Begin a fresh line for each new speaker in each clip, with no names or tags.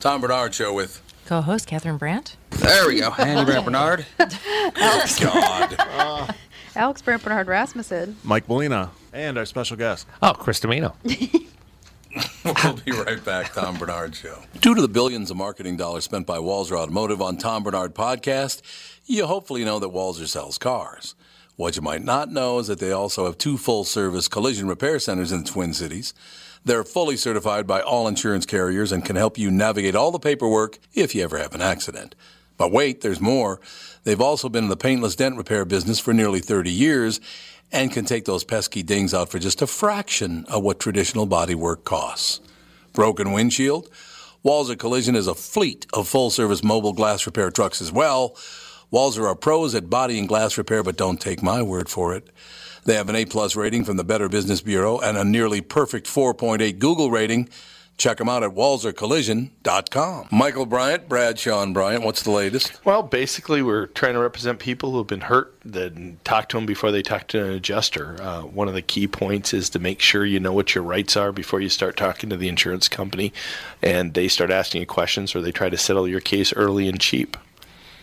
Tom Bernard show with.
Co-host Catherine Brandt.
There we go. Andy Brant Bernard. Uh. oh, God.
Alex Brant Bernard Rasmussen.
Mike Molina, and our special guest.
Oh, Chris Domino.
We'll be right back, Tom Bernard Show. Due to the billions of marketing dollars spent by Walzer Automotive on Tom Bernard Podcast, you hopefully know that Walzer sells cars. What you might not know is that they also have two full service collision repair centers in the Twin Cities. They're fully certified by all insurance carriers and can help you navigate all the paperwork if you ever have an accident. But wait, there's more. They've also been in the paintless dent repair business for nearly 30 years and can take those pesky dings out for just a fraction of what traditional bodywork costs. Broken windshield? Walzer Collision is a fleet of full service mobile glass repair trucks as well. Walzer are pros at body and glass repair, but don't take my word for it. They have an A plus rating from the Better Business Bureau and a nearly perfect 4.8 Google rating. Check them out at walzercollision.com. Michael Bryant, Brad Sean Bryant, what's the latest?
Well, basically, we're trying to represent people who've been hurt, then talk to them before they talk to an adjuster. Uh, one of the key points is to make sure you know what your rights are before you start talking to the insurance company and they start asking you questions or they try to settle your case early and cheap.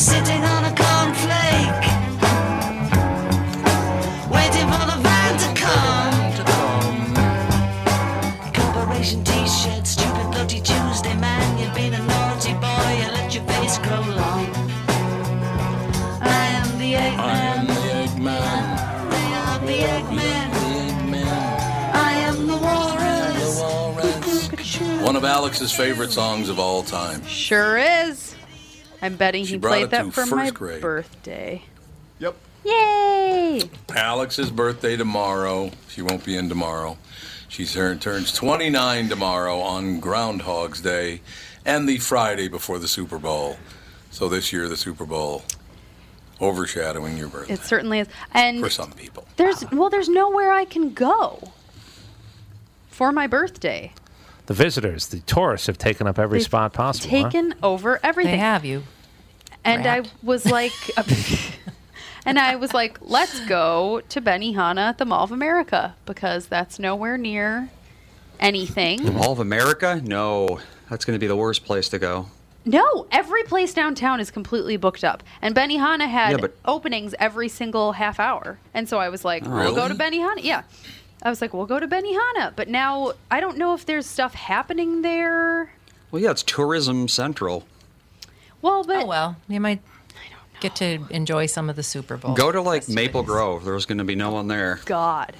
Sitting on a cornflake. Waiting for the van to come. Corporation t shirt, stupid bloody Tuesday, man. You've been a naughty boy, you let your face grow long. I am the Eggman. They are the Eggman. I am the walrus.
One of Alex's favorite songs of all time.
Sure is. I'm betting
She
he
brought it to
played that for my
first grade.
birthday.
Yep.
Yay!
Alex's birthday tomorrow. She won't be in tomorrow. She turn, turns 29 tomorrow on Groundhog's Day and the Friday before the Super Bowl. So this year, the Super Bowl overshadowing your birthday
It certainly is. And
for some people.
there's well, there's nowhere I can go for my birthday.
The visitors, the tourists, have taken up every
They've
spot possible. huh?
Taken over everything.
They have you.
and
Rat.
I was like, and I was like, let's go to Benihana at the Mall of America because that's nowhere near anything.
All of America? No, that's going to be the worst place to go.
No, every place downtown is completely booked up, and Benihana had
Yeah, but-
openings every single half hour, and so I was like, we'll go to Benihana. Yeah, I was like, we'll go to Benihana, but now I don't know if there's stuff happening there.
Well, yeah, it's tourism central.
Well, but
Oh well, you might get to enjoy some of the Super
Oh,
Bowl.
Go to like Maple Grove. There's going to be no one there.
God.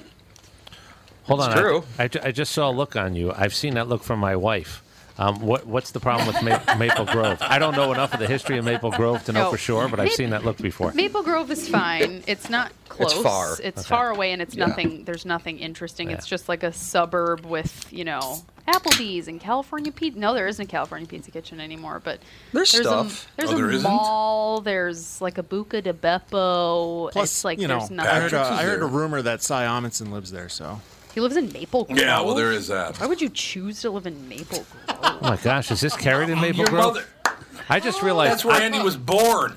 Hold
It's
on. I-
true.
I, ju- I just saw a look on you. I've seen that look from my wife. Um, what What's the problem with Ma- Maple Grove? I don't know enough of the history of Maple Grove to know
No.
for sure, but I've
Ma-
seen that look before.
Maple Grove is fine. It's not close.
far.
It's
Okay.
far away, and it's
Yeah.
nothing. There's nothing interesting. It's
Yeah.
just like a suburb with you know Applebee's and California Pizza. No, there isn't a California Pizza Kitchen anymore, but
There's
there's
stuff.
A, there's
Oh,
a
there isn't?
mall. There's like a Buca de Beppo. it's like
you know,
there's
I heard,
nothing.
a, I heard a rumor that Cy Amundsen lives there, so.
he lives in Maple Grove.
Yeah, well, there is that.
Why would you choose to live in Maple Grove?
Oh my gosh, is this carried in Maple
Your
Grove?
mother-
I just realized
That's where Andy was born.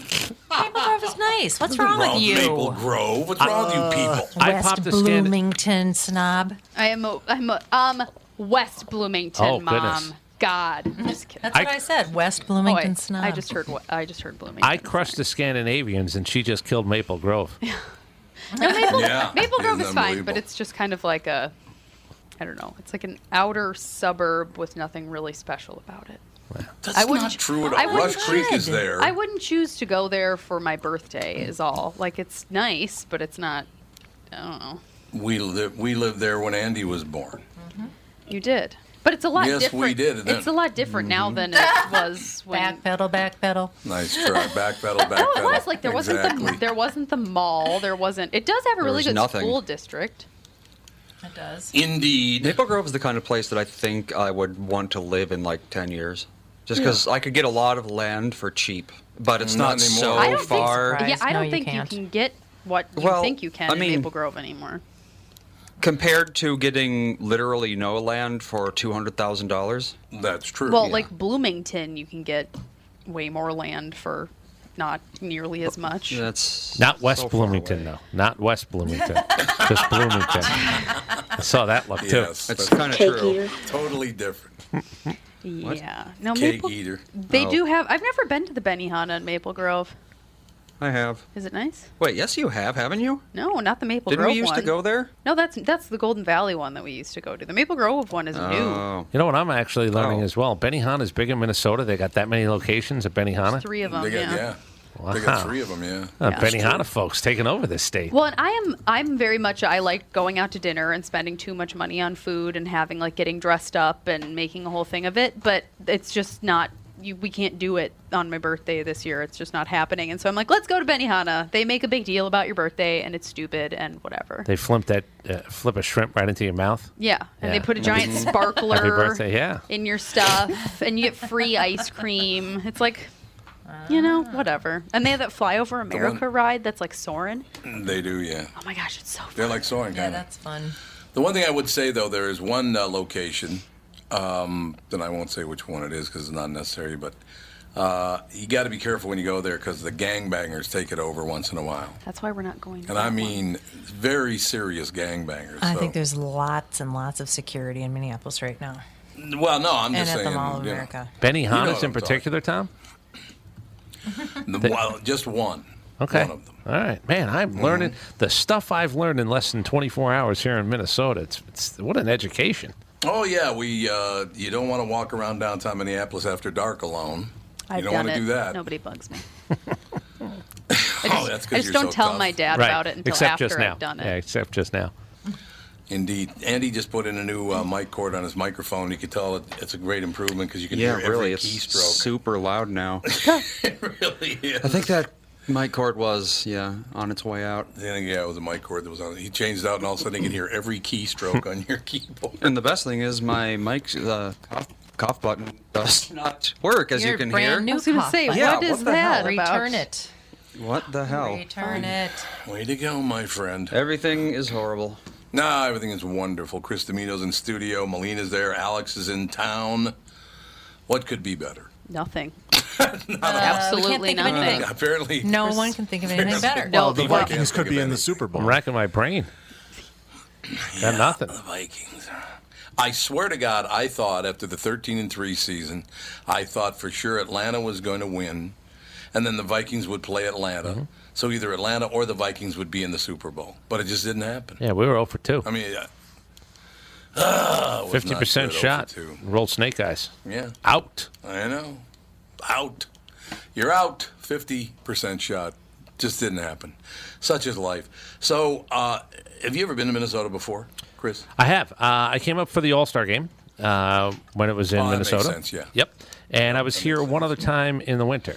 Maple Grove is nice. What's wrong with you?
Maple Grove. What's wrong with you
Uh,
people?
West Bloomington snob.
I am a, I'm a, um West Bloomington
Oh,
mom.
goodness.
God, just kidding.
That's what I, said. West Bloomington snob.
I just heard. what- I just heard Bloomington.
I crushed the Scandinavians, and she just killed Maple Grove.
No, Maple,
Yeah,
Maple
it
Grove
is
is fine,
unbelievable.
but it's just kind of like a, I don't know, it's like an outer suburb with nothing really special about it.
That's
I wouldn't
not
ch-
true at all.
I wouldn't
Rush Creek is
choose-
there.
I wouldn't choose to go there for my birthday. Is all. Like it's nice, but it's not. I don't know.
We lived, we lived there when Andy was born.
You did, but it's a lot
Yes,
different.
we did, and
It's a
then- Mm-hmm.
lot different now than it was when.
Backpedal, backpedal.
Nice try. Backpedal, backpedal.
No, it was like there wasn't
exactly.
the there wasn't the mall. There wasn't. It does have a
There
really
was
good
nothing.
school district.
It does.
Indeed.
Maple Grove is the kind of place that I think I would want to live in like 10 years. Just because I could get a lot of land for cheap, but it's not,
Not anymore.
so
I don't think so.
far.
Yeah,
No,
I don't
you
think
can't.
you can get what you
Well,
think you can
I
in
mean-
Maple Grove anymore.
Compared to getting literally no land for $200,000.
That's true.
Well, like Bloomington, you can get way more land for not nearly as much.
That's
not West Bloomington, though. Not West Bloomington. just Bloomington. I saw that look too.
Yes, Totally different. What?
Yeah. No,
Cake
Maple,
eater.
They
Oh.
do have. I've never been to the Benihana in Maple Grove.
I have.
Is it nice?
Wait, yes, you have, haven't you?
No, not the Maple
Didn't
Grove
we used
one.
to go there?
No, that's that's the Golden Valley one that we used to go to. The Maple Grove one is
Oh,
new.
Oh. You know what I'm actually learning as well? Benihana's big in Minnesota. They got that many locations at Benihana.
Three of them.
They got,
yeah.
yeah. They
Wow.
got three of them, yeah.
Uh,
Yeah.
Benihana folks taking over this state.
Well, and I am I'm very much I like going out to dinner and spending too much money on food and having like getting dressed up and making a whole thing of it, but it's just not you, we can't do it on my birthday this year. It's just not happening. And so I'm like, let's go to Benihana. They make a big deal about your birthday and it's stupid and whatever.
They flip that, uh, flip a shrimp right into your mouth.
Yeah, and
Yeah.
they put a giant
Happy
sparkler
birthday, yeah.
in your stuff and you get free ice cream. It's like you know,
Ah.
whatever. And they have that flyover
The one-
America ride that's like soaring.
They do, yeah.
Oh my gosh, it's so fun.
They're like soaring, kind of.
fun.
The one thing I would say, though, there is one uh, location, um, and I won't say which one it is because it's not necessary, but uh, you got to be careful when you go there because the gangbangers take it over once in a while.
That's why we're not going. to
And
that
I
one.
mean very serious gangbangers.
I
so.
think there's lots and lots of security in Minneapolis right now.
Well, no, I'm
and
just
at
saying.
the Mall of
you know.
America.
Benny
You know
Hanna's
what
in
I'm talking-
particular, Tom?
The- well, just one. Mm-hmm.
Okay. All right. Man, I'm learning the stuff I've learned in less than 24 hours here in Minnesota. It's, it's what an education.
Oh yeah, we. Uh, you don't want to walk around downtown Minneapolis after dark alone.
I've
you don't
done
want to
it.
do that.
Nobody bugs me.
oh, that's
I
because
just
you're
don't
so
tell
tough.
my dad about it until
except
after
just now.
I've done it.
Yeah, except just now.
Indeed, Andy just put in a new uh, mic cord on his microphone. You can tell it, it's a great improvement because you can
yeah,
hear every
really, it's
keystroke.
super loud now.
really is.
I think that mic cord was, yeah, on its way out.
I think, yeah, it was a mic cord that was on. it. He changed it out, and all of a sudden, you can hear every keystroke on your keyboard.
And the best thing is my mic, the cough, cough button does not work, as you can hear.
I was gonna
cough
say,
button.
what is
the hell?
that about?
Return it.
What the hell?
Return it.
Way to go, my friend.
Everything is horrible.
Nah, everything is wonderful. Chris D'Amito's in studio. Melina's there. Alex is in town. What could be better?
Nothing. Uh,
can't
Absolutely
think of
nothing.
anything.
Apparently,
No one can think of anything better.
Well, the
people can't
Vikings could
think
be
of
in the Super Bowl.
I'm racking my brain. Got nothing.
The Vikings. I swear to God, I thought after the 13 and 3 season, I thought for sure Atlanta was going to win, and then the Vikings would play Atlanta. So either Atlanta or the Vikings would be in the Super Bowl, but it just didn't happen.
Yeah, we were 0 for 2.
I mean, uh, ah, it was not
50%
good, 0 for
shot.
2.
Rolled snake eyes.
Yeah,
Out.
I know. Out. You're out 50% shot. Just didn't happen. Such is life. So, uh, have you ever been to Minnesota before, Chris?
I have. Uh, I came up for the All Star game uh, when it was in
Oh, that makes
Minnesota.
sense, yeah.
Yep. And I was here one other time in the winter.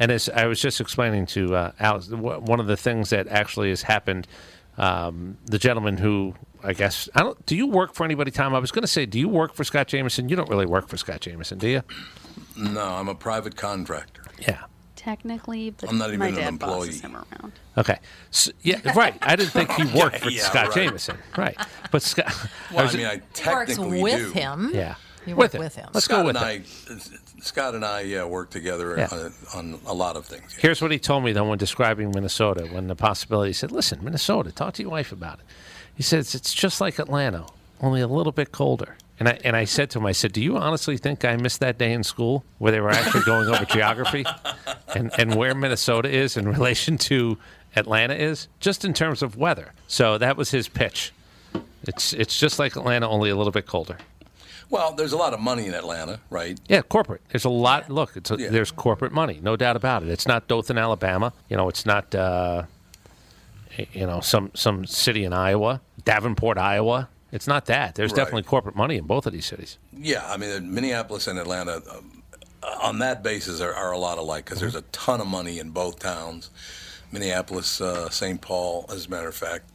And as I was just explaining to uh, Alex, wh- one of the things that actually has happened, um, the gentleman who I guess I don't. Do you work for anybody, Tom? I was going to say, do you work for Scott Jameson? You don't really work for Scott Jameson, do you?
No, I'm a private contractor.
Yeah.
Technically, but
I'm not even
my
an
dad
employee.
bosses him around.
Okay. S yeah. Right. I didn't think he worked for
Yeah,
Scott
right.
Jameson. Right. But Scott.
Well, I,
was-
mean, I
works
technically do.
with him.
Yeah.
You work
With it.
with him.
Let's go
Scott
with
and I, Scott and I, yeah, work together
Yeah.
On, on a lot of things.
Here's what he told me though when describing Minnesota, when the possibility he said, "Listen, Minnesota, talk to your wife about it." He says it's just like Atlanta, only a little bit colder. And I and I said to him, I said, "Do you honestly think I missed that day in school where they were actually going over geography and and where Minnesota is in relation to Atlanta is, just in terms of weather?" So that was his pitch. It's it's just like Atlanta, only a little bit colder.
Well, there's a lot of money in Atlanta, right?
Yeah, corporate. There's a lot. Look, it's a,
Yeah.
there's corporate money, no doubt about it. It's not Dothan, Alabama. You know, it's not uh, y- you know some some city in Iowa, Davenport, Iowa. It's not that. There's
Right.
definitely corporate money in both of these cities.
Yeah, I mean, Minneapolis and Atlanta, um, on that basis, are, are a lot alike because there's a ton of money in both towns. Minneapolis, uh, St. Paul, as a matter of fact.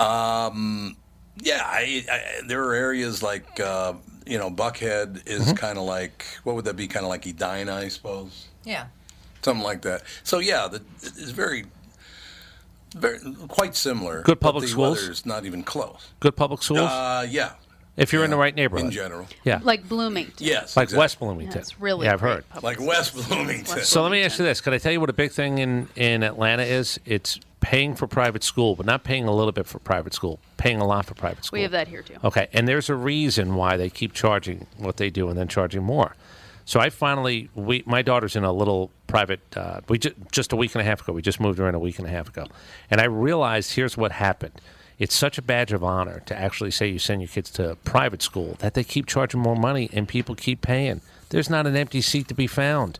Um, yeah, I, I, there are areas like, uh, you know, Buckhead is
Mm-hmm.
kind of like, what would that be? Kind of like Edina, I suppose.
Yeah.
Something like that. So, yeah, the, it's very, very, quite similar.
Good public
but the
schools?
weather's not even close.
Good public schools.
Uh, yeah,
if you're in the right neighborhood,
in general.
yeah, like,
Like Bloomington.
Yes. exactly.
West Bloomington.
That's really
yeah, I've
great
heard.
public
Like
schools.
West Bloomington.
So let me ask you this: Could I tell you what a big thing in in Atlanta is? It's paying for private school, but not paying a little bit for private school, paying a lot for private school.
We have that here too.
Okay, and there's a reason why they keep charging what they do and then charging more. So I finally, we, my daughter's in a little private. Uh, we ju- just a week and a half ago. We just moved her in a week and a half ago, and I realized here's what happened. It's such a badge of honor to actually say you send your kids to private school that they keep charging more money and people keep paying. There's not an empty seat to be found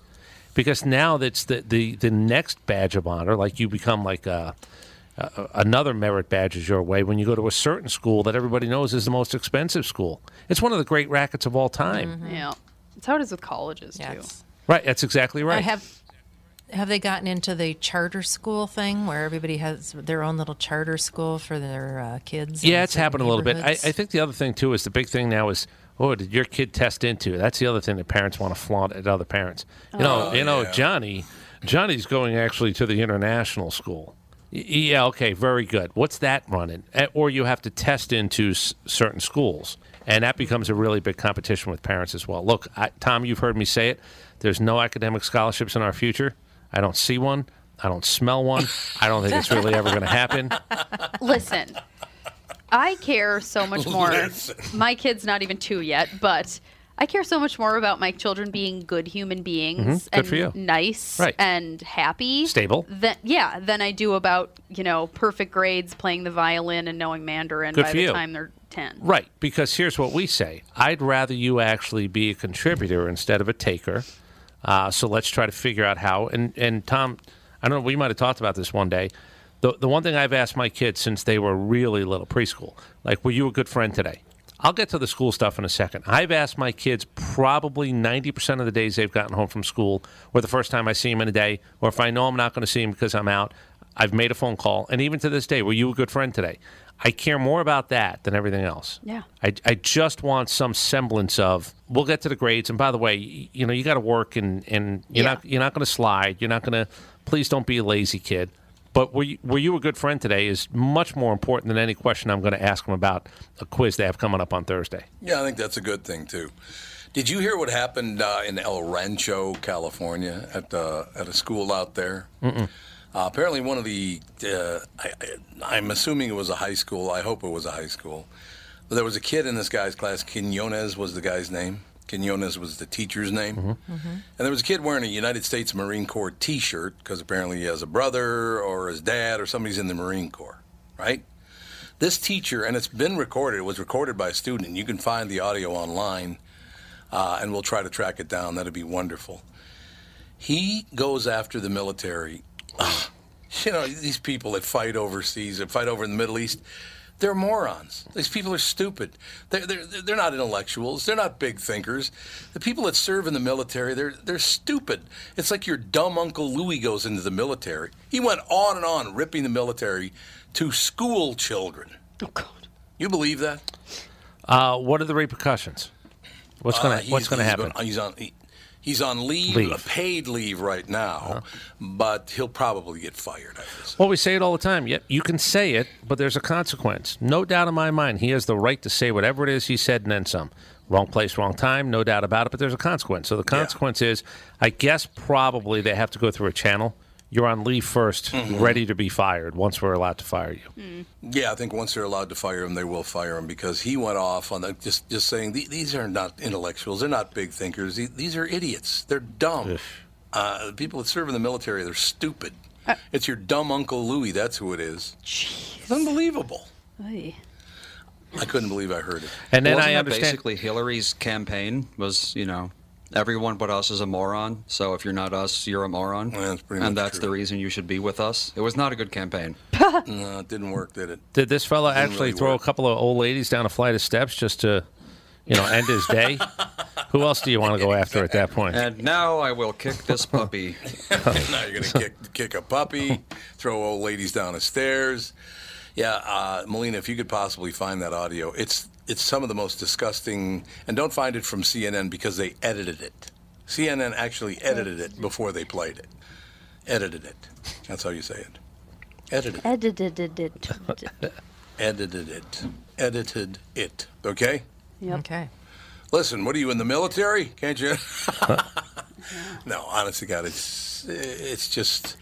because now that's the, the, the next badge of honor. Like you become like a, a, another merit badge is your way when you go to a certain school that everybody knows is the most expensive school. It's one of the great rackets of all time.
Mm-hmm.
Yeah. That's how it is with colleges too.
Yes.
Right? That's exactly right.
I have. Have they gotten into the charter school thing where everybody has their own little charter school for their uh, kids? in
yeah, it's
certain
happened a little bit. I, I
neighborhoods?
think the other thing too is the big thing now is. Oh, did your kid test into? That's the other thing that parents want to flaunt at other parents. You
Oh.
know, you know,
yeah.
Johnny, Johnny's going actually to the international school. Y- Yeah, okay, very good. What's that running? Eh, Or you have to test into s- certain schools, and that becomes a really big competition with parents as well. Look, I, Tom, you've heard me say it. There's no academic scholarships in our future. I don't see one. I don't smell one. I don't think it's really ever going to happen.
Listen, I care so much more.
Listen.
My kid's not even two yet, but I care so much more about my children being good human beings
Mm-hmm. Good for
and
you.
nice
Right.
and happy,
Stable.
Than, yeah, than I do about you know perfect grades, playing the violin, and knowing Mandarin
Good
by
for
the
you.
time they're ten.
Right, because here's what we say I'd rather you actually be a contributor instead of a taker. Uh, so let's try to figure out how. And, and Tom, I don't know, we might have talked about this one day. The, the one thing I've asked my kids since they were really little, preschool, like, were you a good friend today? I'll get to the school stuff in a second. I've asked my kids probably 90% of the days they've gotten home from school, or the first time I see them in a day, or if I know I'm not going to see them because I'm out, I've made a phone call. And even to this day, were you a good friend today? I care more about that than everything else.
Yeah.
I, I just want some semblance of we'll get to the grades and by the way y- you know you got to work and and you're
Yeah.
not you're not going to slide you're not going to please don't be a lazy kid but were you, were you a good friend today is much more important than any question I'm going to ask them about a quiz they have coming up on Thursday
Yeah, I think that's a good thing too. Did you hear what happened uh, in El Rancho, California, at uh, at a school out there? Uh, apparently, one of the uh, I, I, I'm assuming it was a high school. I hope it was a high school. But there was a kid in this guy's class. Quinones was the guy's name. Quinones was the teacher's name.
Mm-hmm.
And there was a kid wearing a United States Marine Corps T-shirt because apparently he has a brother or his dad or somebody's in the Marine Corps, right? this teacher, and it's been recorded, it was recorded by a student, and you can find the audio online, uh, and we'll try to track it down. That'd be wonderful. He goes after the military. You know, these people that fight overseas, that fight over in the Middle East, they're morons. These people are stupid. They're, they're, they're not intellectuals. They're not big thinkers. The people that serve in the military, they're, they're stupid. It's like your dumb Uncle Louis goes into the military. He went on and on ripping the military to school children. Oh, God. You believe that?
Uh, what are the repercussions? What's gonna
Uh, he's-
What's gonna
he's
happen?
been- he's on. he- He's on leave,
Leave. Uh-huh.
a paid leave right now, but he'll probably get fired.
Well, we say it all the time. Yep, you can say it, but there's a consequence. No doubt in my mind, he has the right to say whatever it is he said and then some. Wrong place, wrong time, no doubt about it. But there's a consequence. So the consequence is, I guess, probably they have to go through a channel. You're on leave 1st
Mm-hmm.
Mhm.
ready to be fired. Once we're allowed to fire you.
Yeah, I think once they're allowed to fire him, they will fire him because he went off on the, just just saying "The- these are not intellectuals, they're not big thinkers, The- these are idiots, they're dumb. Uh, the people that serve in the military, they're stupid. it's your dumb Uncle Louie, that's who it is. It's unbelievable. I couldn't believe I heard it.
And then
Wasn't
I
that
understand-
basically Hillary's campaign was, you know, everyone but us is a moron. So if you're not us, you're a moron.
much
and that's the reason you should be with us. It was not a good campaign.
no, it didn't work, did it?
Did this fella
Didn't
actually
really
throw a couple of old ladies down a flight of steps just to, you know, end his day? Who else do you want to go after at that point?
And now I will kick this puppy.
now you're gonna kick kick a puppy, throw old ladies down the stairs. Yeah, uh, Melina, if you could possibly find that audio, it's it's some of the most disgusting. And don't find it from CNN because they edited it. CNN actually edited it before they played it. Edited it. That's how you say it. Edited.
Edited it.
Edited it. Edited it. Okay.
Okay.
Listen, what are you in the military? Can't you? no, honestly, God, it's it's just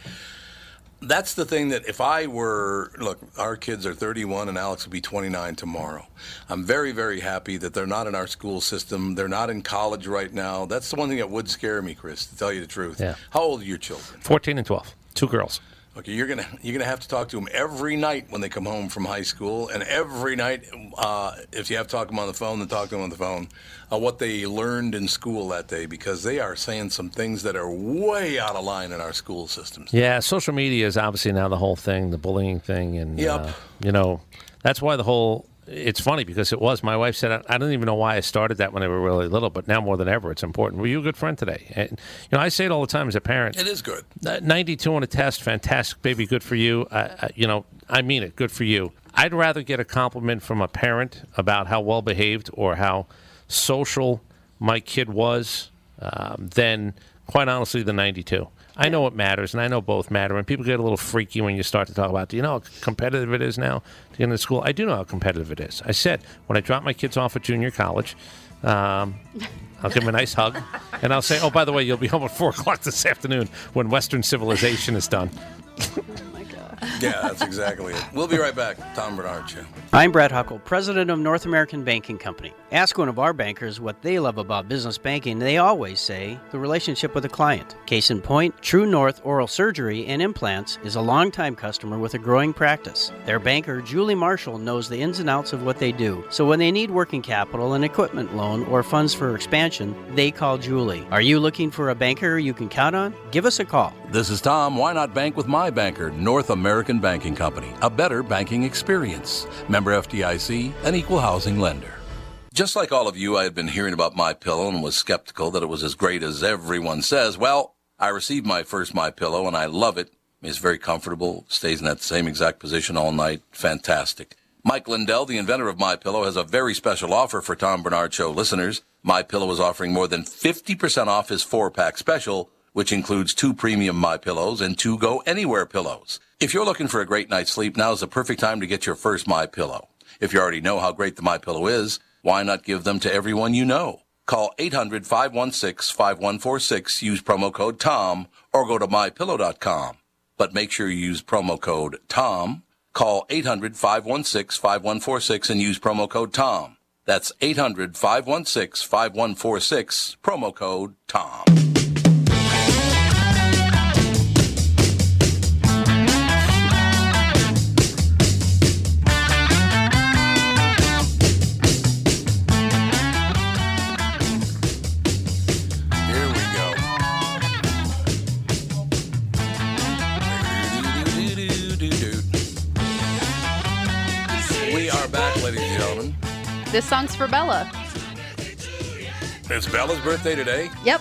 that's the thing that if I were look, our kids are 31 and Alex will be 29 tomorrow. I'm very very happy that they're not in our school system. They're not in college right now. That's the one thing that would scare me, Chris. To tell you the truth,
Yeah.
how old are your children?
14 and 12, two girls.
Okay, you're gonna you're gonna have to talk to them every night when they come home from high school, and every night, uh, if you have to talk to them on the phone, then talk to them on the phone, uh, what they learned in school that day, because they are saying some things that are way out of line in our school systems.
Yeah, social media is obviously now the whole thing, the bullying thing, and
Yep.
uh, you know that's why the whole. It's funny because it was. My wife said, I, I don't even know why I started that when I were really little, but now more than ever, it's important. Were you a good friend today? And you know, I say it all the time as a parent.
It is good.
Uh, 92 on a test, fantastic, baby, good for you. Uh, uh, you know, I mean it, good for you. I'd rather get a compliment from a parent about how well behaved or how social my kid was um, than, quite honestly, the 92. I know it matters, and I know both matter. And people get a little freaky when you start to talk about, do you know how competitive it is now to get into school? I do know how competitive it is. I said, when I drop my kids off at junior college, um, I'll give him a nice hug, and I'll say, "Oh, by the way, you'll be home at four o'clock this afternoon when Western civilization is done."
yeah, that's exactly it. We'll be right back. Tom Bernard Show.
I'm Brad Huckle, president of North American Banking Company. Ask one of our bankers what they love about business banking. They always say the relationship with the client. Case in point, True North Oral Surgery and Implants is a longtime customer with a growing practice. Their banker, Julie Marshall, knows the ins and outs of what they do. So when they need working capital, an equipment loan, or funds for expansion, they call Julie. Are you looking for a banker you can count on? Give us a call.
This is Tom. Why not bank with my banker, North American Banking Company? A better banking experience. Member FDIC, an equal housing lender. Just like all of you, I had been hearing about my pillow and was skeptical that it was as great as everyone says. Well, I received my first my pillow and I love it. It's very comfortable, stays in that same exact position all night. Fantastic. Mike Lindell, the inventor of My Pillow, has a very special offer for Tom Bernard Show listeners. My Pillow is offering more than 50% off his four-pack special, which includes two premium My Pillows and two Go Anywhere pillows. If you're looking for a great night's sleep, now is the perfect time to get your first My Pillow. If you already know how great the My Pillow is, why not give them to everyone you know? Call 800 516 5146, use promo code TOM, or go to mypillow.com. But make sure you use promo code TOM. Call 800 516 5146 and use promo code TOM. That's 800 516 5146, promo code TOM. Here we go. We are back, ladies and gentlemen.
This song's for Bella.
It's Bella's birthday today.
Yep,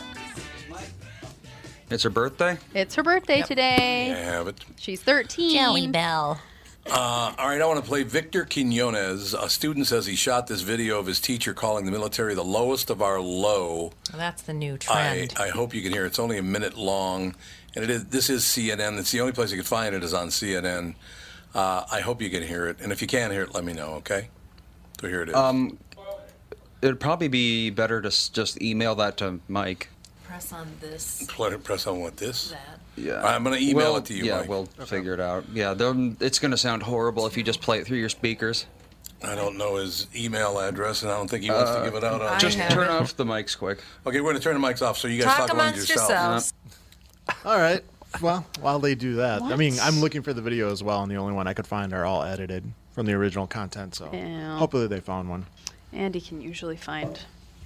It's her birthday?
it's her birthday today.
Have it.
She's 13. Joey
Bell.
Uh, all right, I want to play Victor Quinones. A student says he shot this video of his teacher calling the military the lowest of our low.
Well, that's the new
I,
trend.
I hope you can hear. it. It's only a minute long, and it is. This is CNN. It's the only place you can find it is on CNN. Uh, I hope you can hear it, and if you can hear it, let me know. Okay. So here it is.
Um, it'd probably be better to s- just email that to Mike.
Press on this.
Pl- Press on what this?
Yeah.
I'm gonna email
We'll-
it to you,
Yeah,
Mike.
we'll figure it out. Yeah, then it's going to sound horrible if you just play it through your speakers.
I don't know his email address, and I don't think he wants
Uh,
to give it out. On
Just
air.
turn off the mics quick.
Okay, we're gonna turn the mics off so you guys talk, among yourselves.
All right. Well, while they do that, I mean,
What?
I'm looking for the video as well, and the only one I could find are all edited from the original content. So
Yeah.
hopefully they found one.
Andy can usually find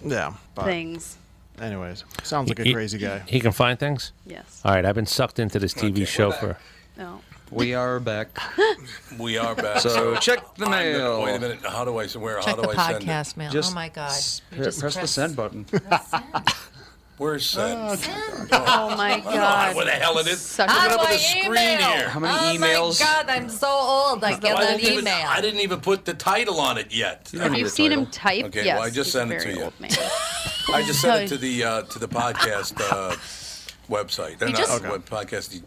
Yeah. But
things.
Anyways, sounds like a
He-
crazy guy.
He can find things.
Yes.
All right, I've been sucked into this TV show for.
No.
We are back.
We are back.
So check the
I'm gonna-
mail.
wait a minute. How do I where?
Check
how
the
do I send it?
podcast mail. oh my God!
s-
You
hit-
just
press, the send button.
Where's
Uh,
send?
Oh my
I don't know
God.
where the hell it is.
Such
Look
a
it up on
my
the screen
email.
here.
How many
Oh
emails?
my God! I'm so old. I
No,
get
I
that
didn't even-
email.
I didn't even put the title on it yet.
don't
Have
need
you
a
seen him
title.
type?
Okay,
yes.
well, I just
he's
sent
a
it to
very
you.
old man.
I just sent it to the uh, to the podcast uh, website. They're
You
not
just-
the web podcast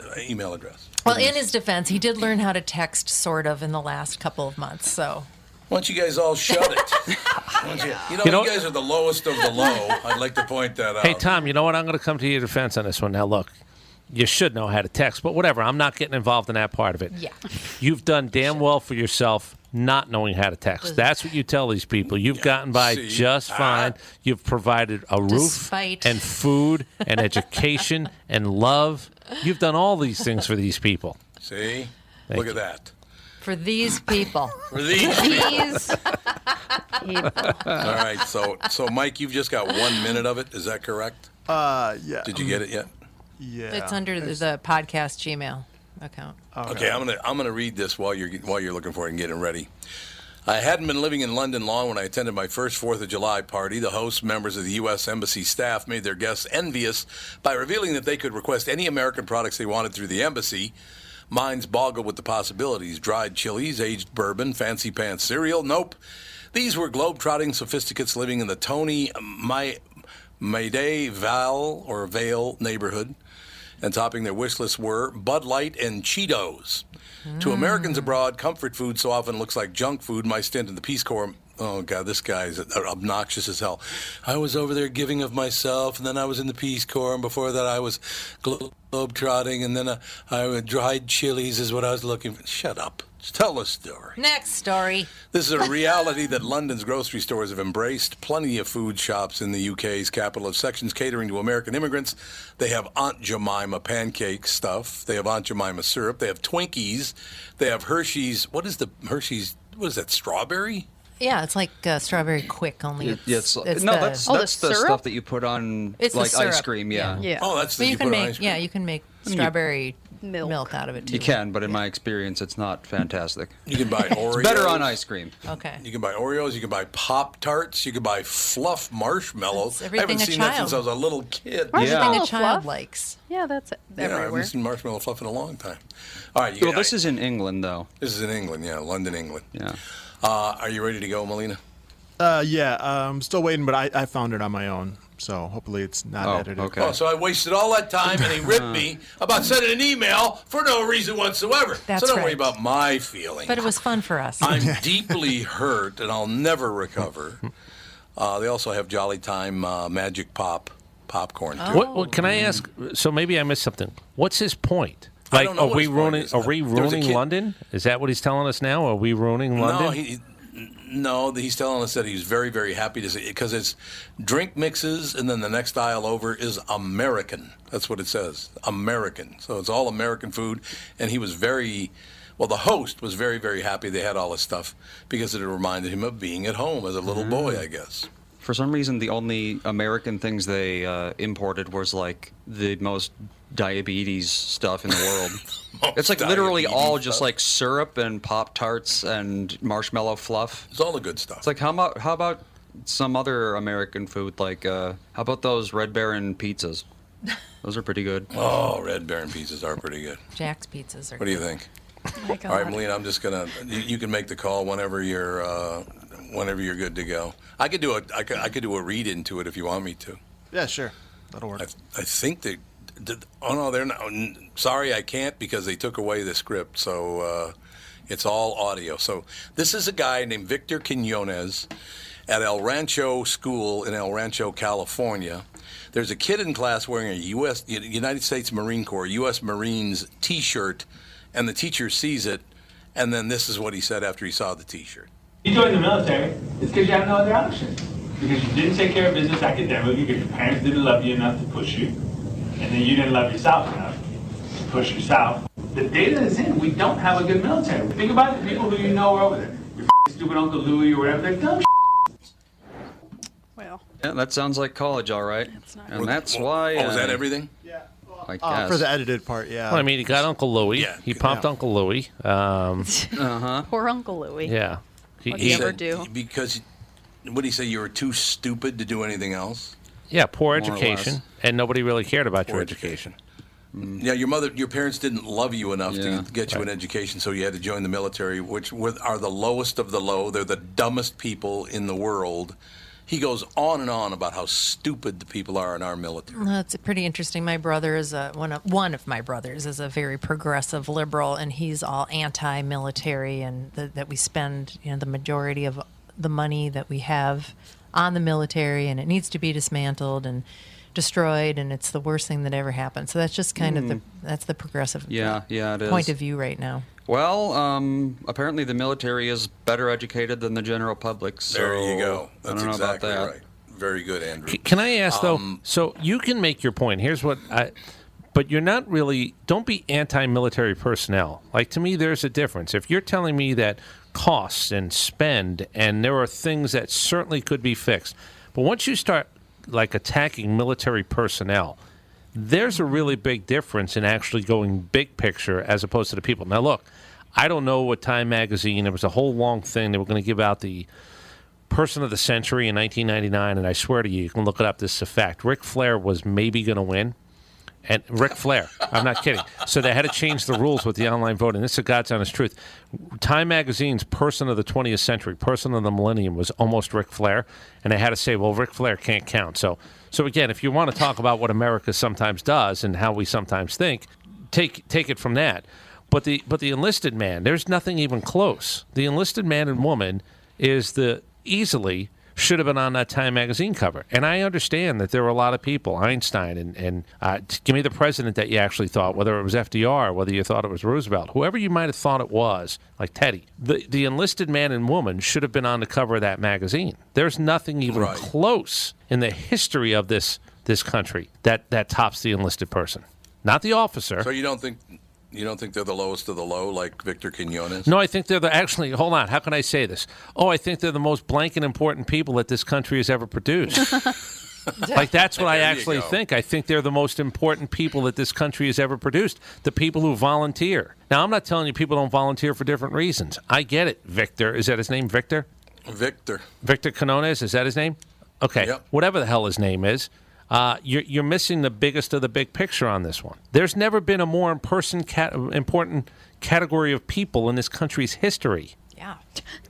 uh, email address.
Well, in his defense, he did learn how to text sort of in the last couple of months. So
Why don't you guys all shut it? Why don't you, you, know, you
You know-
guys are the lowest of the low. I'd like to point that out.
Hey, Tom, you know what? I'm going to come to your defense on this one. Now, look, you should know how to text, but whatever. I'm not getting involved in that part of it.
yeah,
You've done damn well for yourself not knowing how to text. That's what you tell these people. You've gotten by
see, Ah.
just fine. You've provided a roof
Despite-
and food and education and love. You've done all these things for these people.
See,
Thank
look
you.
at that.
for these people,
For these.
He's. he-
all right, so so Mike, you've just got one minute of it. Is that correct?
Uh, yeah.
Did you get it yet?
Yeah.
it's under the, the podcast Gmail account.
Okay, I'm gonna I'm gonna read this while you're while you're looking for it and getting ready. I hadn't been living in London long when I attended my first Fourth of July party. The hosts, members of the U.S. Embassy staff, made their guests envious by revealing that they could request any American products they wanted through the embassy. Minds boggled with the possibilities: dried chilies, aged bourbon, fancy pants cereal. Nope, these were globe-trotting sophisticates living in the Tony um, my Mayday Val or Vale neighborhood and topping their wish list were Bud Light and Cheetos. To Americans abroad, comfort food so often looks like junk food. My stint in the Peace Corps. Oh God, this guy is obnoxious as hell. I was over there giving of myself, and then I was in the Peace Corps, and before that I was glo- globe trotting, and then uh, I would dried chilies is what I was looking for. Shut up. Just Tell a story.
Next story.
This is a reality that London's grocery stores have embraced. Plenty of food shops in the UK's capital of sections catering to American immigrants. They have Aunt Jemima pancake stuff. They have Aunt Jemima syrup. They have Twinkies. They have Hershey's. What is the Hershey's? What is that? Strawberry?
Yeah, it's like uh, strawberry quick. Only it's,
Yeah, it's,
it's
no,
the-
that's
Oh, the
that's the,
syrup?
stuff that you put on
It's the
like ice
syrup,
cream. Yeah.
yeah.
Oh, that's
Well,
the
you can
put on ice
make
cream.
yeah, you can make strawberry
Milk.
milk. out of it too.
you can, but in my experience, it's not fantastic.
You can buy Oreos.
Better on ice cream.
Okay.
You can buy Oreos. You can buy Pop Tarts. You can buy fluff marshmallows.
That's
I
everything
haven't
a
seen that
child-
since I was a little kid.
Marshmallow
Yeah.
Everything a
fluff.
child likes.
Yeah, that's
I
everywhere.
haven't seen marshmallow fluff in a long time. All right. You
Well, this is in England, though.
This is in England, yeah, London, England.
Yeah.
Uh, are you ready to go, Melina?
Uh, yeah. uh, I'm still waiting, but I, I found it on my own, so hopefully it's not
Oh,
edited.
okay. Uh-huh.
Oh, so I wasted all that time, and he ripped me about sending an email for no reason whatsoever.
That's
so don't worry
right.
about my feelings.
But it was fun for us.
I'm deeply hurt, and I'll never recover. Uh, they also have Jolly Time uh, Magic Pop popcorn.
Oh.
too.
What, what can I ask? So maybe I missed something. What's his point?
I
Like,
don't know
are
what
we
his point
ruining?
is.
Are we
There was a
ruining
kid-
London? Is that what he's telling us now? Are we ruining London?
No, he, no, he's telling us that he's very, very happy to see because it's drink mixes, and then the next aisle over is American. That's what it says, American. So it's all American food, and he was very. Well, the host was very, very happy they had all this stuff because it reminded him of being at home as a little boy, I guess.
For some reason, the only American things they uh, imported was like the most diabetes stuff in the world. it's like literally all just like syrup and Pop Tarts and marshmallow fluff.
It's all the good stuff. It's
like how about how about some other American food? Like uh, how about those Red Baron pizzas? Those are pretty good.
Oh, Red Baron pizzas are pretty good.
Jack's pizzas are.
What do you think?
Oh
Like a
All right,
lot.
Melina, I'm just gonna. You, you can make the call whenever you're, uh, whenever you're good to go. I could do a, I could, I could do a read into it if you want me to.
Yeah, sure. That'll work.
I think that. Did, oh no, they're not. n- Sorry, I can't because they took away the script, so uh, it's all audio. So this is a guy named Victor Quinones at El Rancho School in El Rancho, California. There's a kid in class wearing a U.S. U- United States Marine Corps U.S. Marines T-shirt, and the teacher sees it, and then this is what he said after he saw the T-shirt.
You joined the military, it's because you have no other option. Because you didn't take care of business academically, because your parents didn't love you enough to push you, and then you didn't love yourself enough to push yourself. The data is in. We don't have a good military. Think about the people who you know are over there. Your f***ing stupid Uncle Louie or whatever. They're dumb.
Yeah, that sounds like college, all right. And that's why.
Oh, is that
I-
everything?
Oh.
I guess.
Uh, for the edited part, yeah.
Well, I mean, he got Uncle Louie.
Yeah.
He popped
Yeah.
Uncle Louie. Um,
uh-huh.
Poor Uncle Louie.
Yeah.
What'd he ever
said-
do?
Because, what did he say? You were too stupid to do anything else.
Yeah, poor
More or
education,
less.
and nobody really cared about
Poor
your education.
Mm-hmm.
Yeah, your mother, your parents didn't love you enough
Yeah.
to get you an education, so you had to join the military, which with, are the lowest of the low. They're the dumbest people in the world. He goes on and on about how stupid the people are in our military.
Well, it's pretty interesting. My brother is a one of one of my brothers is a very progressive liberal, and he's all anti-military, and the, that we spend you know the majority of the money that we have on the military, and it needs to be dismantled and destroyed, and it's the worst thing that ever happened. So that's just kind of the
Mm.
that's the progressive
Yeah, yeah, it is.
point of view right now.
Well, um, apparently the military is better educated than the general public. So
there you go.
I
That's
don't know
exactly
about that.
right. Very good, Andrew.
C- Can I ask though? So you can make your point. Here's what I, but you're not really. Don't be anti-military personnel. Like to me, there's a difference. If you're telling me that costs and spend, and there are things that certainly could be fixed, but once you start like attacking military personnel, there's a really big difference in actually going big picture as opposed to the people. Now look, I don't know what Time Magazine. There was a whole long thing they were going to give out the person of the century in 1999, and I swear to you, you can look it up. This is a fact. Ric Flair was maybe going to win, and Ric Flair. I'm not kidding. So they had to change the rules with the online voting. This is God's honest truth. Time Magazine's person of the 20th century, person of the millennium, was almost Ric Flair, and they had to say, well, Ric Flair can't count. So, so again, if you want to talk about what America sometimes does and how we sometimes think, take take it from that. But the but the enlisted man, there's nothing even close. The enlisted man and woman is the easily should have been on that Time magazine cover. And I understand that there were a lot of people, Einstein and and uh, t- give me the president that you actually thought, whether it was FDR, whether you thought it was Roosevelt, whoever you might have thought it was, like Teddy. The the enlisted man and woman should have been on the cover of that magazine. There's nothing even close in the history of this this country that that tops the enlisted person. Not the officer.
So you don't think you don't think they're the lowest of the low, like Victor Quinones?
No, I think they're the actually. Hold on, how can I say this? Oh, I think they're the most blank and important people that this country has ever produced. like that's what I
There you
actually
go.
think. I think they're the most important people that this country has ever produced. The people who volunteer. Now, I'm not telling you people don't volunteer for different reasons. I get it. Victor is that his name? Victor.
Victor.
Victor Canones is that his name? Okay. Whatever the hell his name is. Uh, you're, you're missing the biggest of the big picture on this one. There's never been a more in person cat- important category of people in this country's history.
Yeah,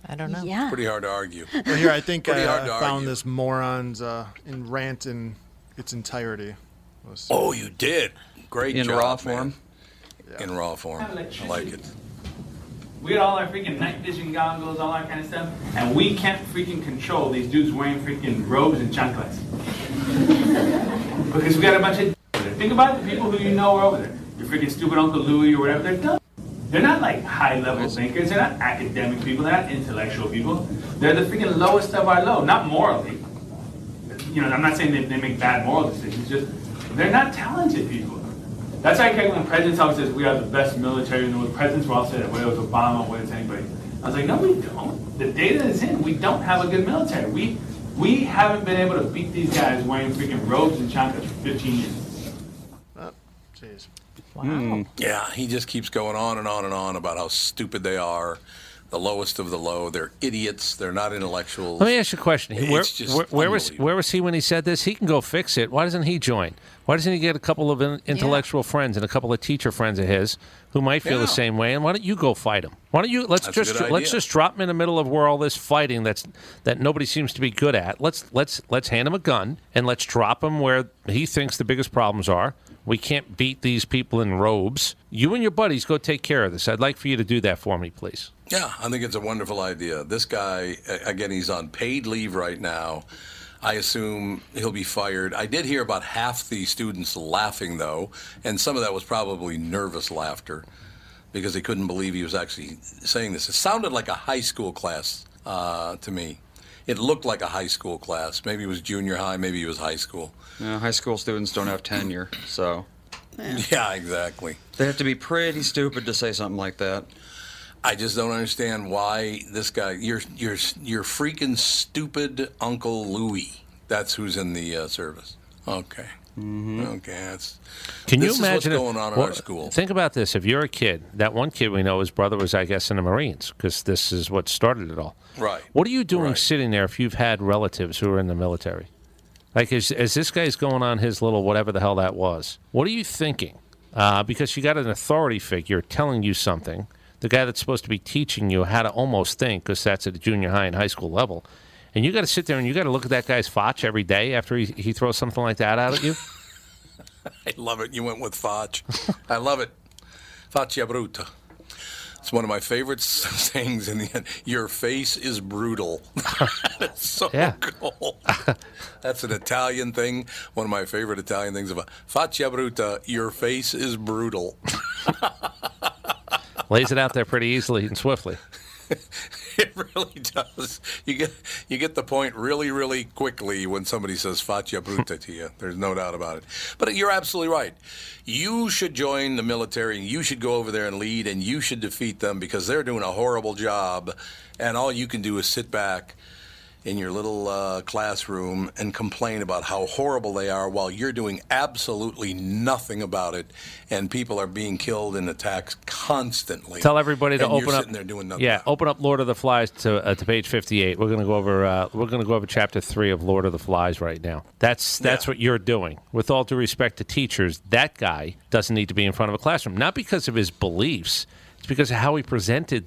I don't know.
Yeah,
Pretty hard to argue.
Well, here I think
Pretty
I
hard
uh,
to
found
argue.
this moron's uh, in rant in its entirety. Let's see.
Oh, you did. Great
In
job,
raw
man. In raw form. I like it.
We had all our freaking night vision goggles, all that kind of stuff, and we can't freaking control these dudes wearing freaking robes and chanclas. because we got a bunch of. over there. Think about the people who you know are over there. Your freaking stupid Uncle Louie or whatever. They're dumb. They're not like high level thinkers. They're not academic people. They're not intellectual people. They're the freaking lowest of our low, not morally. You know, I'm not saying they, they make bad moral decisions, just they're not talented people. That's why I think when presidents always says we are the best military in the world, presidents will all say that, whether it was Obama, whether it's anybody. I was like, no, we don't. The data is in. We don't have a good military. We We haven't been able to beat these guys wearing freaking robes and chonkas for 15 years.
Wow.
Hmm.
Yeah, he just keeps going on and on and on about how stupid they are, the lowest of the low. They're idiots. They're not intellectuals.
Let me ask you a question.
It's
Where,
just
where, where was
unbelievable.
where was he when he said this? He can go fix it. Why doesn't he join? Why doesn't he get a couple of in- intellectual friends and a couple of teacher friends of his who might feel
Yeah.
the same way? And why don't you go fight him? Why don't you let's
That's a
just
good
let's
idea.
just drop him in the middle of where all this fighting that's that nobody seems to be good at. Let's let's let's hand him a gun and let's drop him where he thinks the biggest problems are. We can't beat these people in robes. You and your buddies go take care of this. I'd like for you to do that for me, please.
Yeah, I think it's a wonderful idea. This guy, a- again, he's on paid leave right now. I assume he'll be fired. I did hear about half the students laughing, though, and some of that was probably nervous laughter because they couldn't believe he was actually saying this. It sounded like a high school class uh, to me. It looked like a high school class. Maybe it was junior high, maybe it was high school.
Um, Yeah, high school students don't have tenure, so
Yeah, exactly.
they have to be pretty stupid to say something like that.
I just don't understand why this guy. You're you're you're freaking stupid, Uncle Louie. That's who's in the uh, service. Okay. Okay. That's.
Can
this
you imagine
is
if-
what's going on in
well,
our school?
Think about this: if you're a kid, that one kid we know, his brother was, I guess, in the Marines because this is what started it all.
Right.
What are you doing sitting there if you've had relatives who are in the military? Like, as, as this guy's going on his little whatever the hell that was, what are you thinking? Uh, because you got an authority figure telling you something, the guy that's supposed to be teaching you how to almost think, because that's at the junior high and high school level. And you got to sit there and you got to look at that guy's fotch every day after he, he throws something like that out at you.
I love it. You went with Foch. I love it. Faccia brutta. It's one of my favorite sayings in the end. Your face is brutal. That's so
Yeah.
cool. That's an Italian thing. One of my favorite Italian things about faccia brutta. Your face is brutal.
Lays it out there pretty easily and swiftly.
It really does. You get you get the point really, really quickly when somebody says "faccia brutta" to you. There's no doubt about it. But you're absolutely right. You should join the military. You should go over there and lead, and you should defeat them because they're doing a horrible job, and all you can do is sit back in your little uh, classroom and complain about how horrible they are while you're doing absolutely nothing about it and people are being killed and attacked constantly
Tell everybody to
And
open
you're
up.
sitting there doing nothing
yeah, open up Lord of the Flies to uh, to page fifty eight. We're gonna go over. Uh, we're gonna go over chapter three of Lord of the Flies right now. That's that's what you're doing. With all due respect to teachers, that guy doesn't need to be in front of a classroom. Not because of his beliefs. It's because of how he presented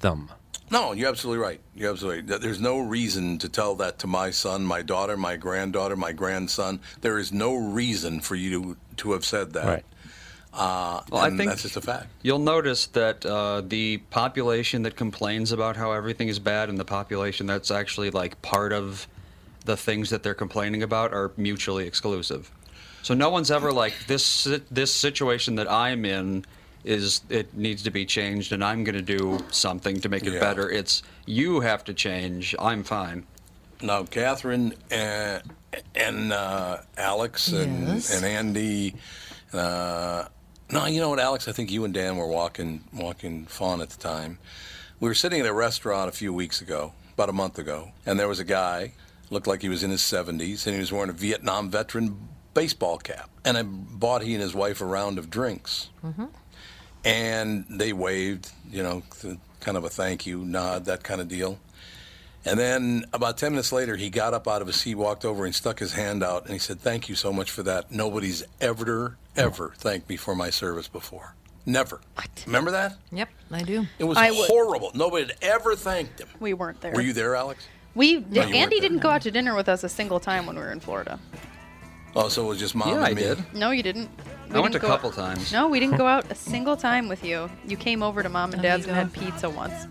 them.
No, you're absolutely right. You're absolutely right. Th- There's no reason to tell that to my son, my daughter, my granddaughter, my grandson. There is no reason for you to, to have said that.
Right.
Uh,
Well, I
and
think-
that's just a fact.
You'll notice that uh, the population that complains about how everything is bad and the population that's actually like part of the things that they're complaining about are mutually exclusive. So no one's ever like this. si- This situation that I'm in is it needs to be changed, and I'm going to do something to make it
Yeah.
better. It's you have to change. I'm fine.
Now, Catherine and, and uh, Alex and,
Yes.
and Andy. Uh, no, you know what, Alex? I think you and Dan were walking walking fawn at the time. We were sitting at a restaurant a few weeks ago, about a month ago, and there was a guy looked like he was in his 70s, and he was wearing a Vietnam veteran baseball cap. And I bought he and his wife a round of drinks and they waved, you know, th- kind of a thank you nod, that kind of deal. And then about 10 minutes later, he got up out of his seat, walked over, and stuck his hand out, and he said, Thank you so much for that. Nobody's ever, ever thanked me for my service before. Never. Remember that?
Yep, I do.
It was
I would-
horrible. Nobody had ever thanked him.
We weren't there.
Were you there, Alex?
We
No, you weren't
Andy
there.
didn't go out to dinner with us a single time when we were in Florida.
Oh, so it was just mom
Yeah,
and
I
me.
did.
No, you didn't. We
I went a
didn't go out-
couple times.
No, we didn't go out a single time with you. You came over to mom and dad's and had pizza once.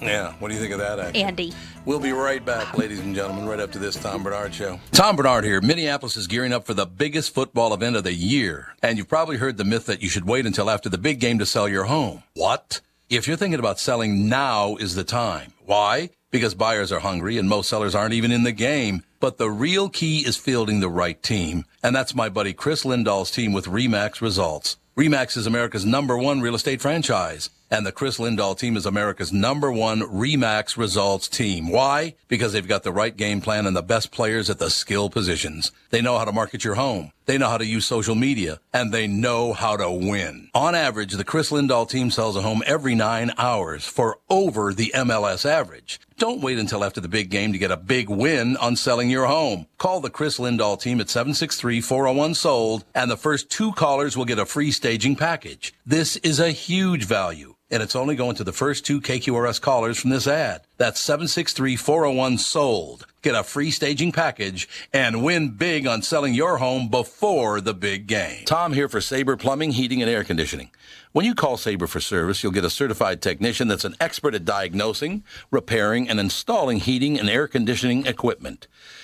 Yeah. What do you think of that, act?
Andy.
We'll be right back, ladies and gentlemen, right after this Tom Bernard show. Tom Bernard here. Minneapolis is gearing up for the biggest football event of the year. And you've probably heard the myth that you should wait until after the big game to sell your home. What? If you're thinking about selling, now is the time. Why? Because buyers are hungry and most sellers aren't even in the game. But the real key is fielding the right team. And that's my buddy Chris Lindahl's team with REMAX results. REMAX is America's number one real estate franchise. And the Chris Lindahl team is America's number one Remax results team. Why? Because they've got the right game plan and the best players at the skill positions. They know how to market your home. They know how to use social media and they know how to win. On average, the Chris Lindahl team sells a home every nine hours for over the MLS average. Don't wait until after the big game to get a big win on selling your home. Call the Chris Lindahl team at 763-401-SOLD and the first two callers will get a free staging package. This is a huge value and it's only going to the first two KQRS callers from this ad. That's 763-401-SOLD. Get a free staging package and win big on selling your home before the big game. Tom here for Sabre Plumbing, Heating and Air Conditioning. When you call Sabre for service, you'll get a certified technician that's an expert at diagnosing, repairing, and installing heating and air conditioning equipment.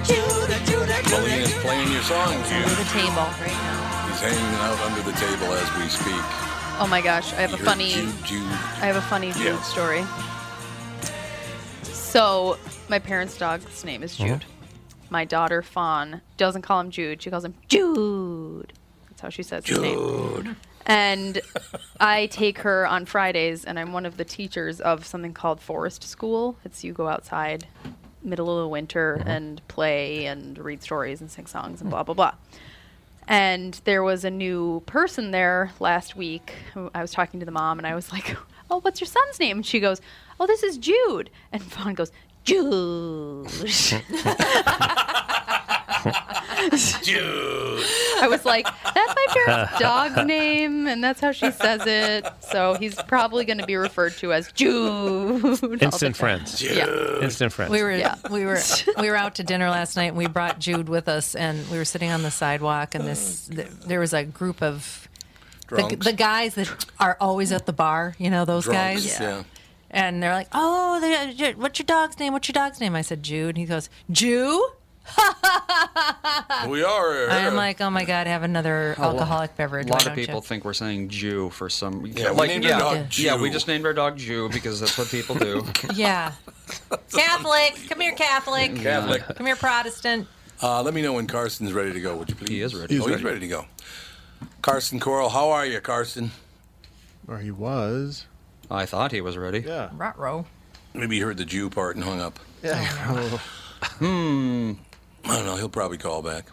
Moline is playing your song,
Under the
Jude.
table right
He's hanging out under the table as we speak.
now. Oh my gosh, I have a
You're
funny.
Jude, Jude.
I have a funny food
Yeah.
story. So, my parents' dog's name is Jude. My daughter Fawn doesn't call him Jude; she calls him Jude. That's how she says his name. And I take her on Fridays, and I'm one of the teachers of something called Forest School. It's you go outside, middle of the winter, and play and read stories and sing songs and blah blah blah. And there was a new person there last week. I was talking to the mom, and I was like, "Oh, what's your son's name?" And she goes, "Oh, this is Jude." And Fawn goes, "Jude."
Jude.
I was like, "That's my parents' dog name, and that's how she says it." So he's probably going to be referred to as Jude. all the
Instant
time.
friends.
Yeah.
Instant friends.
We were
Yeah.
we were we were out to dinner last night and we brought Jude with us and we were sitting on the sidewalk and this th- there was a group of the,
Drunks.
the guys that are always at the bar, you know those
Drunks,
guys.
yeah.
And they're like, "Oh, they- what's your dog's name? What's your dog's name?" I said, "Jude." And he goes, "Jew."
We are.
I'm like, "Oh my god, have another
A lo-
alcoholic beverage."
A
why
lot of
don't you?"
people think we're saying Jew for some.
Yeah, we
like,
named our
yeah,
dog
yeah, we
Jew.
just named our dog Jew because that's what people do.
Yeah. Catholic, come here, Catholic.
Catholic.
Come here, Protestant.
Uh, let me know when Carson's ready to go, would you please? He is
ready.
oh,
He's
he's
ready.
ready to go. Carson Coral, how are you, Carson?
Or he was.
I thought he was ready.
Yeah.
Rotro.
Maybe he heard the Jew part and hung up.
Yeah.
Hmm. I don't know. He'll probably call back.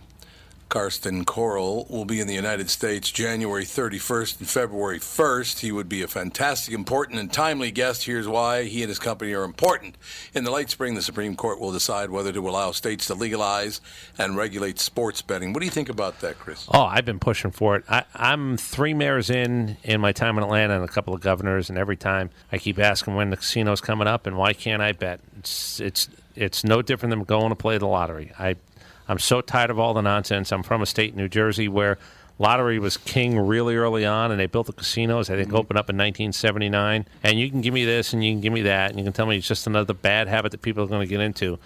Karsten Coral will be in the United States January 31st and February 1st. He would be a fantastic, important, and timely guest. Here's why he and his company are important. In the late spring, the Supreme Court will decide whether to allow states to legalize and regulate sports betting. What do you think about that, Chris?
Oh, I've been pushing for it. I, I'm three mayors in in my time in Atlanta and a couple of governors, and every time I keep asking when the casino's coming up and why can't I bet? It's it's it's no different than going to play the lottery. I I'm so tired of all the nonsense. I'm from a state, New Jersey, where lottery was king really early on, and they built the casinos. I
Mm-hmm.
think opened up in 1979. And you can give me this, and you can give me that, and you can tell me it's just another bad habit that people are going to get into.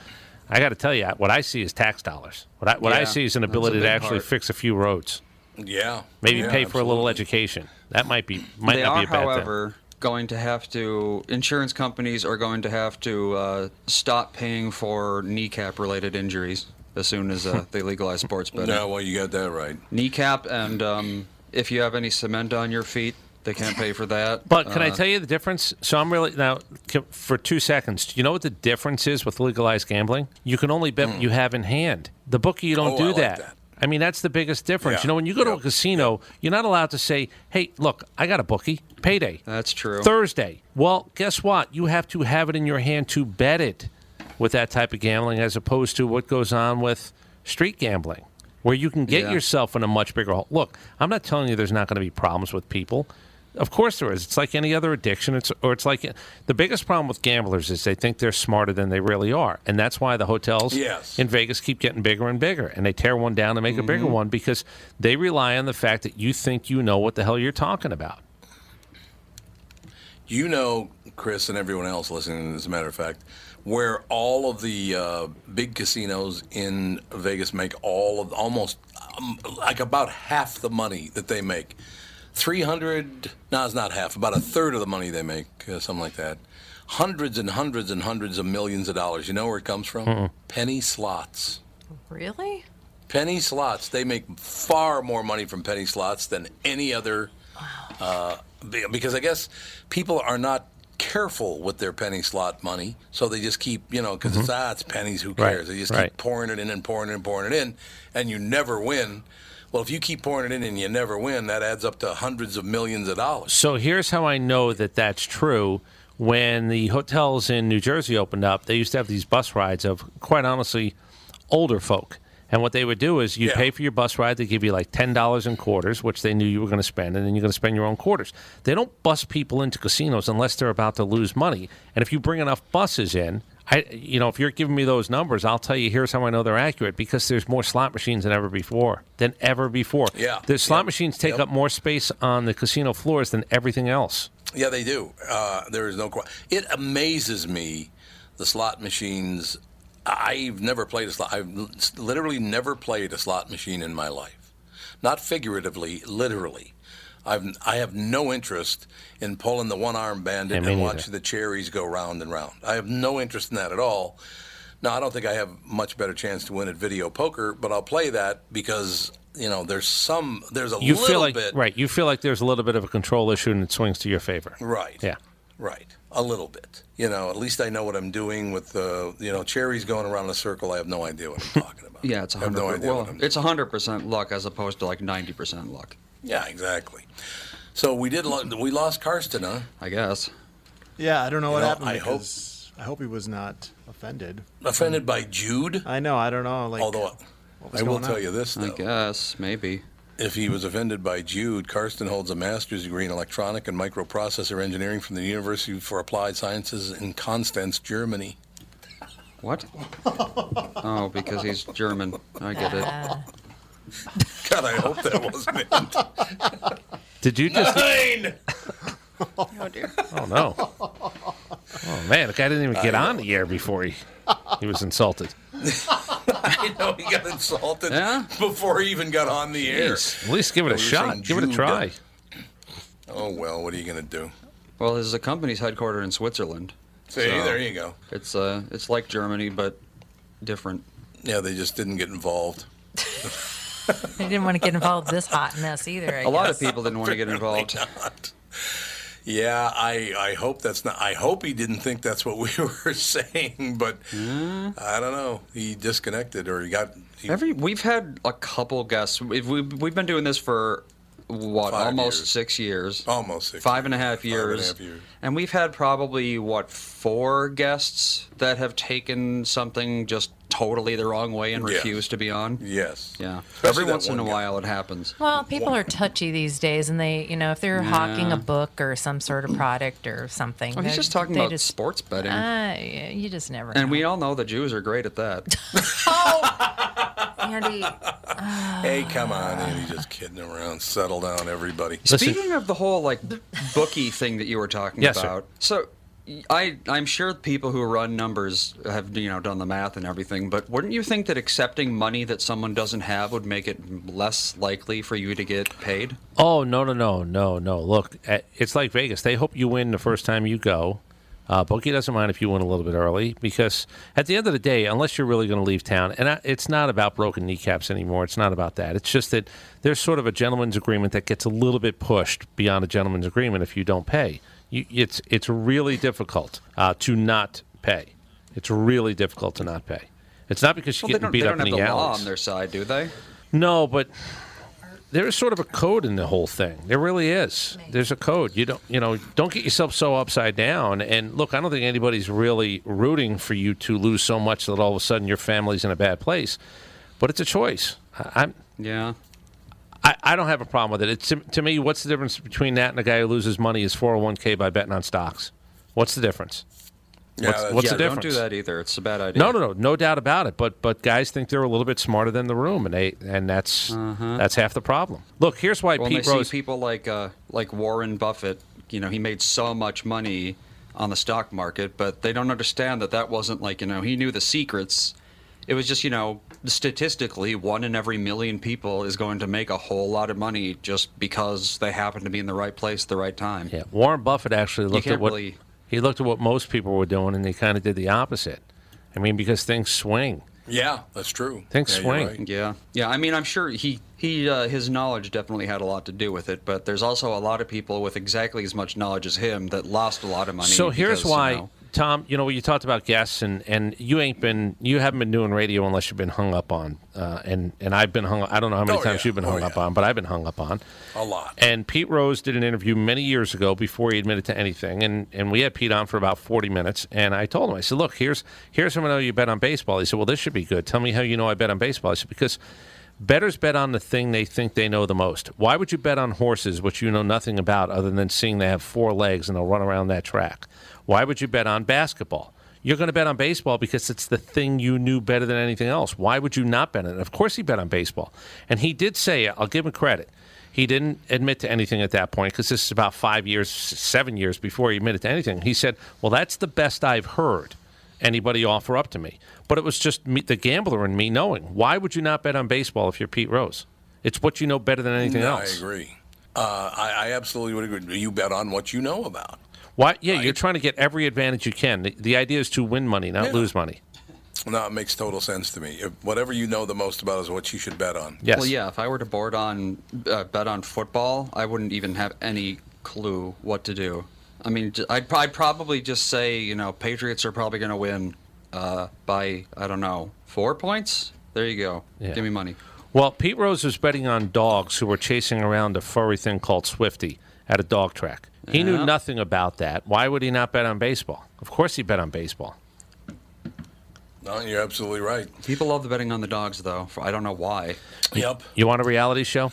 I got to tell you, what I see is tax dollars. What I, what I
Yeah,
see is an
that's a
ability to
big
actually
part.
fix a few roads.
Yeah.
Maybe
Yeah,
pay for a little education. That might be might
they
not
are,
be a bad
however, going to have to. Insurance companies are going to have to uh, stop paying for kneecap-related injuries as soon as uh, they legalize sports betting.
No, well, you got that right.
Kneecap, and um, if you have any cement on your feet, they can't pay for that.
thing. But can I
Uh,
tell you the difference? So I'm really now c- for two seconds. Do you know what the difference is with legalized gambling? You can only bet what you have in hand. The bookie you don't
Hmm. Oh,
do
I like
that.
that.
I mean that's the biggest difference.
Yeah.
You know when you go to a casino, you're not allowed to say, "Hey, look, I got a bookie payday."
That's true.
Thursday. Well, guess what? You have to have it in your hand to bet it with that type of gambling as opposed to what goes on with street gambling, where you can get
Yeah.
yourself in a much bigger hole. Look, I'm not telling you there's not going to be problems with people. Of course there is. It's like any other addiction. It's or it's like the biggest problem with gamblers is they think they're smarter than they really are, and that's why the hotels
Yes.
in Vegas keep getting bigger and bigger, and they tear one down to make a bigger one because they rely on the fact that you think you know what the hell you're talking about.
You know, Chris and everyone else listening, as a matter of fact, where all of the uh, big casinos in Vegas make all of almost um, like about half the money that they make. 300, no, it's not half, about a third of the money they make, uh, something like that. Hundreds and hundreds and hundreds of millions of dollars. You know where it comes from?
Mm-mm.
Penny slots.
Really?
Penny slots. They make far more money from penny slots than any other. Uh, be- because I guess people are not careful with their penny slot money, so they just keep, you know, because it's ah, it's pennies. Who
Mm-hmm. Right,
cares? They just
right.
keep pouring it in and pouring it and pouring it in, and you never win. Well, if you keep pouring it in and you never win, that adds up to hundreds of millions of dollars.
So here's how I know that that's true. When the hotels in New Jersey opened up, they used to have these bus rides of, quite honestly, older folk. And what they would do is you pay for your bus ride, they give you like $10 in quarters, which they knew you were going to spend, and then you're going to spend your own quarters. They don't bus people into casinos unless they're about to lose money. And if you bring enough buses in, I, you know, if you're giving me those numbers, I'll tell you here's how I know they're accurate because there's more slot machines than ever before. Than ever before.
Yeah.
The slot machines take up more space on the casino floors than everything else.
Yeah, they do. Uh, there is no. qu- It amazes me the slot machines. I've never played a slot. I've l- literally never played a slot machine in my life, not figuratively, literally. I've I have no interest in pulling the one arm
Yeah,
bandit
me
and
neither.
watching the cherries go round and round. I have no interest in that at all. Now I don't think I have much better chance to win at video poker, but I'll play that because you know there's some there's a
you
little
feel like
bit
right. You feel like there's a little bit of a control issue, and it swings to your favor.
Right.
Yeah.
Right. A little bit. You know, at least I know what I'm doing with the, you know, cherries going around in a circle. I have no idea what I'm talking about.
Yeah, it's
I have
100.
no idea what
well, it's 100 percent luck as opposed to like 90 percent luck.
yeah, exactly. So we did, lo- we lost Karsten, huh?
I guess.
Yeah, I don't know
You
what
know,
happened.
I hope-
because I hope he was not offended.
Offended by Jude?
I know. I don't know. Like,
Although,
what was
I will
going on?
tell you this, though. I
guess, maybe.
If he was offended by Jude, Karsten holds a master's degree in electronic and microprocessor engineering from the University for Applied Sciences in Konstanz, Germany.
What? Oh, because he's German. I get it.
God, I hope that wasn't it.
Did you just?
Nine!
Oh dear.
Oh no. Oh man, the guy didn't even get on the air before he he was insulted.
I know he got insulted
Yeah?
before he even got on the air.
Jeez, at least give it
Oh,
a
you're
shot.
saying
Give it a
Jude.
try.
Oh well, what are you gonna do?
Well, this is a company's headquartered in Switzerland.
See, there you go.
It's uh, it's like Germany, but different.
Yeah, they just didn't get involved.
I didn't want to get involved this hot mess either. I
A lot of
guess.
people didn't want to get involved.
Yeah, I, I hope that's not. I hope he didn't think that's what we were saying, but
Hmm?
I don't know. He disconnected or he got. He,
Every we've had a couple guests. We've we've, we've been doing this for what
Five
almost
years.
six years.
Almost six.
Five and a half
Five and a
years.
half years.
And we've had probably what four guests that have taken something just totally the wrong way and
Yes.
refused to be on.
Yes.
Yeah.
Especially
Every
that
once in a
one guy.
while it happens.
Well, people are touchy these days, and they, you know, if they're hawking
Yeah.
a book or some sort of product or something,
Well, Oh, he's
they-
just talking
they
about
just-
sports betting.
Uh, yeah, you just never.
and
know.
we all know the Jews are great at that.
Andy,
Hey, come on, Andy, just kidding around. Settle down, everybody.
Speaking of the whole like bookie thing that you were talking
Yes, sir.
about, so y- I I'm sure people who run numbers have you know done the math and everything, but wouldn't you think that accepting money that someone doesn't have would make it less likely for you to get paid?
Oh no no no no no! Look, eh, it's like Vegas. They hope you win the first time you go. Uh, Bookie doesn't mind if you win a little bit early because at the end of the day, unless you're really going to leave town, and I, it's not about broken kneecaps anymore. It's not about that. It's just that there's sort of a gentleman's agreement that gets a little bit pushed beyond a gentleman's agreement if you don't pay. You, it's it's really difficult uh, to not pay. It's really difficult to not pay. It's not because you're
they
getting
don't,
beat
they
up
don't have
in
the
the
law
alleys.
on their side, do they?
No, but there is sort of a code in the whole thing. There really is. There's a code. You don't, you know, don't get yourself so upside down. And look, I don't think anybody's really rooting for you to lose so much that all of a sudden your family's in a bad place. But it's a choice. I, I'm.
Yeah.
I, I don't have a problem with it. It's to, to me, what's the difference between that and a guy who loses money is 401k by betting on stocks? What's the difference? what's what's
yeah,
the difference?
Don't do that either. It's a bad idea.
No, no, no, no doubt about it. But but guys think they're a little bit smarter than the room, and they and that's that's half the problem. Look, here's why
When
Pete
Mm-hmm. they
Rose.
see people like uh, like Warren Buffett you know, he made so much money on the stock market, but they don't understand that that wasn't like, you know, he knew the secrets. It was just, you know, statistically, one in every million people is going to make a whole lot of money just because they happen to be in the right place at the right time.
Yeah, Warren Buffett actually
You
looked at
can't
what
really-
he looked at what most people were doing, and he kind of did the opposite. I mean, because things swing.
Yeah, that's true.
Things
Yeah,
swing.
you're right.
Yeah, yeah. I mean, I'm sure he he uh, his knowledge definitely had a lot to do with it, but there's also a lot of people with exactly as much knowledge as him that lost a lot of money.
So here's
because, you
why,
know,
Tom. You know, you talked about guests, and, and you ain't been you haven't been doing radio unless you've been hung up on, uh, and and I've been hung. I don't know how many
Oh,
times
yeah.
you've been hung up on, but I've been hung up on.
A lot.
And Pete Rose did an interview many years ago before he admitted to anything, and, and we had Pete on for about forty minutes, and I told him, I said, look, here's here's how I know you bet on baseball. He said, well, this should be good. Tell me how you know I bet on baseball. I said, because bettors bet on the thing they think they know the most. Why would you bet on horses, which you know nothing about other than seeing they have four legs and they'll run around that track? Why would you bet on basketball? You're going to bet on baseball because it's the thing you knew better than anything else. Why would you not bet on it? Of course, he bet on baseball. And he did say, I'll give him credit. He didn't admit to anything at that point because this is about five years, s- seven years before he admitted to anything. He said, Well, that's the best I've heard anybody offer up to me. But it was just me, the gambler in me knowing. Why would you not bet on baseball if you're Pete Rose? It's what you know better than anything
No,
else.
I agree. Uh, I, I absolutely would agree. You bet on what you know about.
Why? Yeah, you're trying to get every advantage you can. The, the idea is to win money, not
Yeah.
lose money.
No, it makes total sense to me. If, whatever you know the most about is what you should bet on.
Well, yeah. If I were to board on uh, bet on football, I wouldn't even have any clue what to do. I mean, j- I'd, I'd probably just say, you know, Patriots are probably going to win uh, by I don't know four points. There you go.
Yeah.
Give me money.
Well, Pete Rose was betting on dogs who were chasing around a furry thing called Swifty at a dog track. He knew
Yeah.
nothing about that. Why would he not bet on baseball? Of course, he bet on baseball.
No, you're absolutely right.
People love the betting on the dogs, though. For- I don't know why.
Yep.
You want a reality show?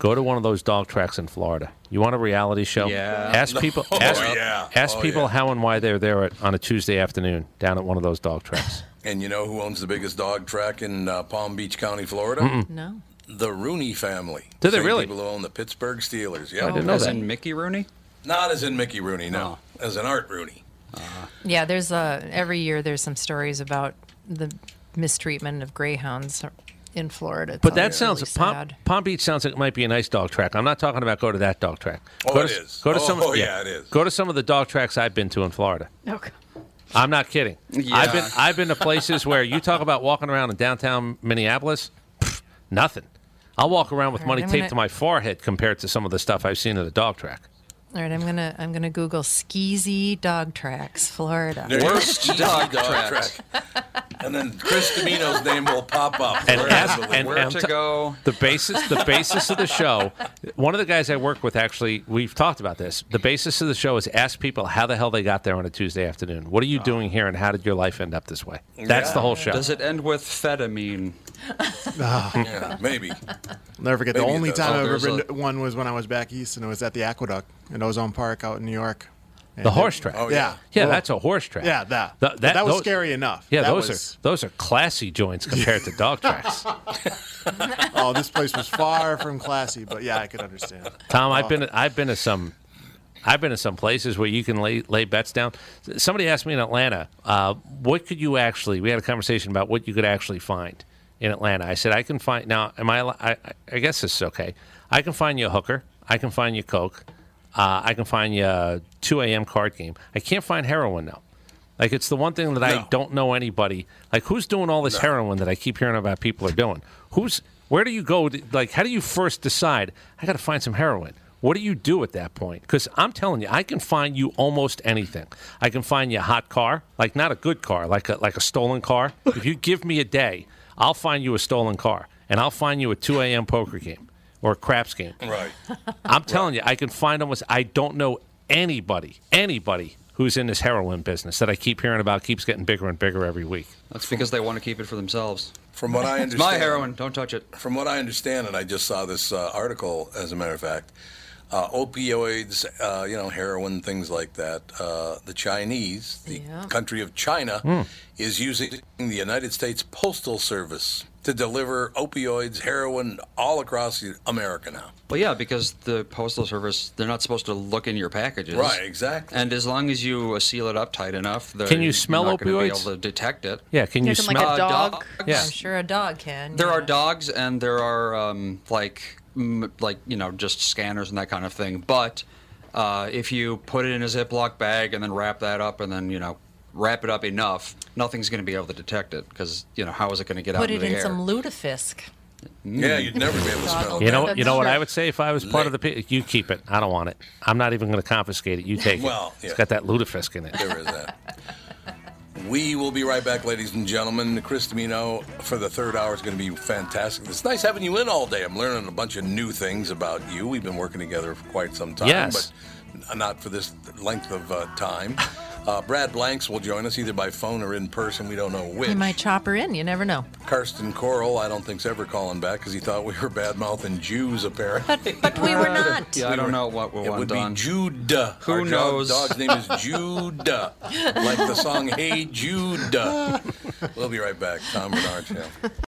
Go to one of those dog tracks in Florida. You want a reality show?
Yeah.
Ask people.
Oh,
ask
yeah.
ask
Oh,
people how and why they're there at, on a Tuesday afternoon down at one of those dog tracks.
And you know who owns the biggest dog track in uh, Palm Beach County, Florida?
No.
The Rooney family.
Do they
Same
really?
People who own the Pittsburgh Steelers. Yeah.
I didn't know
As
that.
in Mickey Rooney. Oh.
Not as in Mickey Rooney, no. As in Art Rooney.
Yeah, there's uh, every year there's some stories about the mistreatment of greyhounds in Florida. It's
But that
always
sounds
really
Palm,
sad.
Palm Beach sounds like it might be a nice dog track. I'm not talking about go to that dog track.
Oh,
go
it
to,
is.
Go to
Oh,
some.
oh, yeah, it is.
Go to some of the dog tracks I've been to in Florida.
Oh,
Okay.
I'm not kidding.
Yeah.
I've been I've been to places where you talk about walking around in downtown Minneapolis, pff, nothing. I'll walk around with
All right,
money
I'm
taped
gonna-
to my forehead compared to some of the stuff I've seen at a dog track.
All right, I'm gonna I'm gonna Google skeezy dog tracks, Florida.
There you go.
Worst
Easy
dog tracks.
track. And then Chris Domino's name will pop up.
And
We're
ask-
absolutely-
and-
Where
I'm
to
t-
go?
The basis the basis of the show, one of the guys I work with actually we've talked about this. The basis of the show is ask people how the hell they got there on a Tuesday afternoon. What are you doing here and how did your life end up this way? That's
Yeah.
the whole show.
Does it end with fetamine?
yeah, maybe.
I'll never forget. The
Maybe it
only
does.
time
Oh,
I've ever
there's
been
a-
to one was when I was back east, and it was at the Aqueduct in Ozone Park out in New York. And
The
it-
horse track.
Oh,
yeah.
Yeah,
Well,
that's a horse track.
Yeah, that.
Th-
But that was
those-
scary enough.
Yeah,
That
those
was-
are those are classy joints compared to dog tracks.
Oh, this place was far from classy, but yeah, I could understand.
Tom,
Oh.
I've been I've been to some I've been to some places where you can lay, lay bets down. S- Somebody asked me in Atlanta, uh, what could you actually? We had a conversation about what you could actually find in Atlanta. I said I can find now. Am I? al- I, I- I guess this is okay. I can find you a hooker. I can find you coke. Uh, I can find you a 2 a.m. card game. I can't find heroin though. Like it's the one thing that I
No.
don't know anybody. Like who's doing all this heroin that I keep hearing about people are doing? Who's where do you go? To, like how do you first decide? I got to find some heroin. What do you do at that point? Because I'm telling you, I can find you almost anything. I can find you a hot car, like not a good car, like a like a stolen car. if you give me a day, I'll find you a stolen car, and I'll find you a 2 a.m. poker game or a craps game.
Right.
I'm telling you, I can find almost. I don't know anybody, anybody who's in this heroin business that I keep hearing about keeps getting bigger and bigger every week.
That's because they want to keep it for themselves.
From what I understand.
It's my heroin. Don't touch it.
From what I understand, and I just saw this uh, article, as a matter of fact, uh, opioids, uh, you know, heroin, things like that. Uh, the Chinese, the country of China,
Hmm.
is using the United States Postal Service to deliver opioids, heroin, all across America now.
Well, yeah, because the postal service—they're not supposed to look in your packages,
Right, exactly.
And as long as you uh, seal it up tight enough, they're
Can you smell
not gonna
opioids?
Be able to detect it.
Yeah, can you Yeah, can, like, smell- a
Uh,
dog?
dogs.
I'm sure a dog can.
There are dogs, and there are um, like m- like you know just scanners and that kind of thing. But uh, if you put it in a Ziploc bag and then wrap that up, and then you know wrap it up enough, nothing's going to be able to detect it because you know how is it going to get out
Put
into
it
the
in
air?
some lutefisk.
Hmm.
Yeah, you'd never be able to smell.
You know,
That's
you know what
true.
I would say if I was part of the pe- you keep it. I don't want it. I'm not even going to confiscate it. You take
Well,
it.
yeah.
It's got that lutefisk in it.
There is that. We will be right back, ladies and gentlemen. Chris Domino for the third hour is going to be fantastic. It's nice having you in all day. I'm learning a bunch of new things about you. We've been working together for quite some time,
Yes.
but not for this length of uh, time. Uh, Brad Blanks will join us either by phone or in person. We don't know which.
He might chop her in. You never know.
Karsten Coral, I don't think's ever calling back because he thought we were bad mouthing Jews, apparently. But,
but we were not.
Yeah, I don't know what we
It
want
would
done.
be Jude. uh,
Who
Our dog-
knows?
dog's name is Jude, like the song "Hey Jude." We'll be right back. Tom Bernard Show.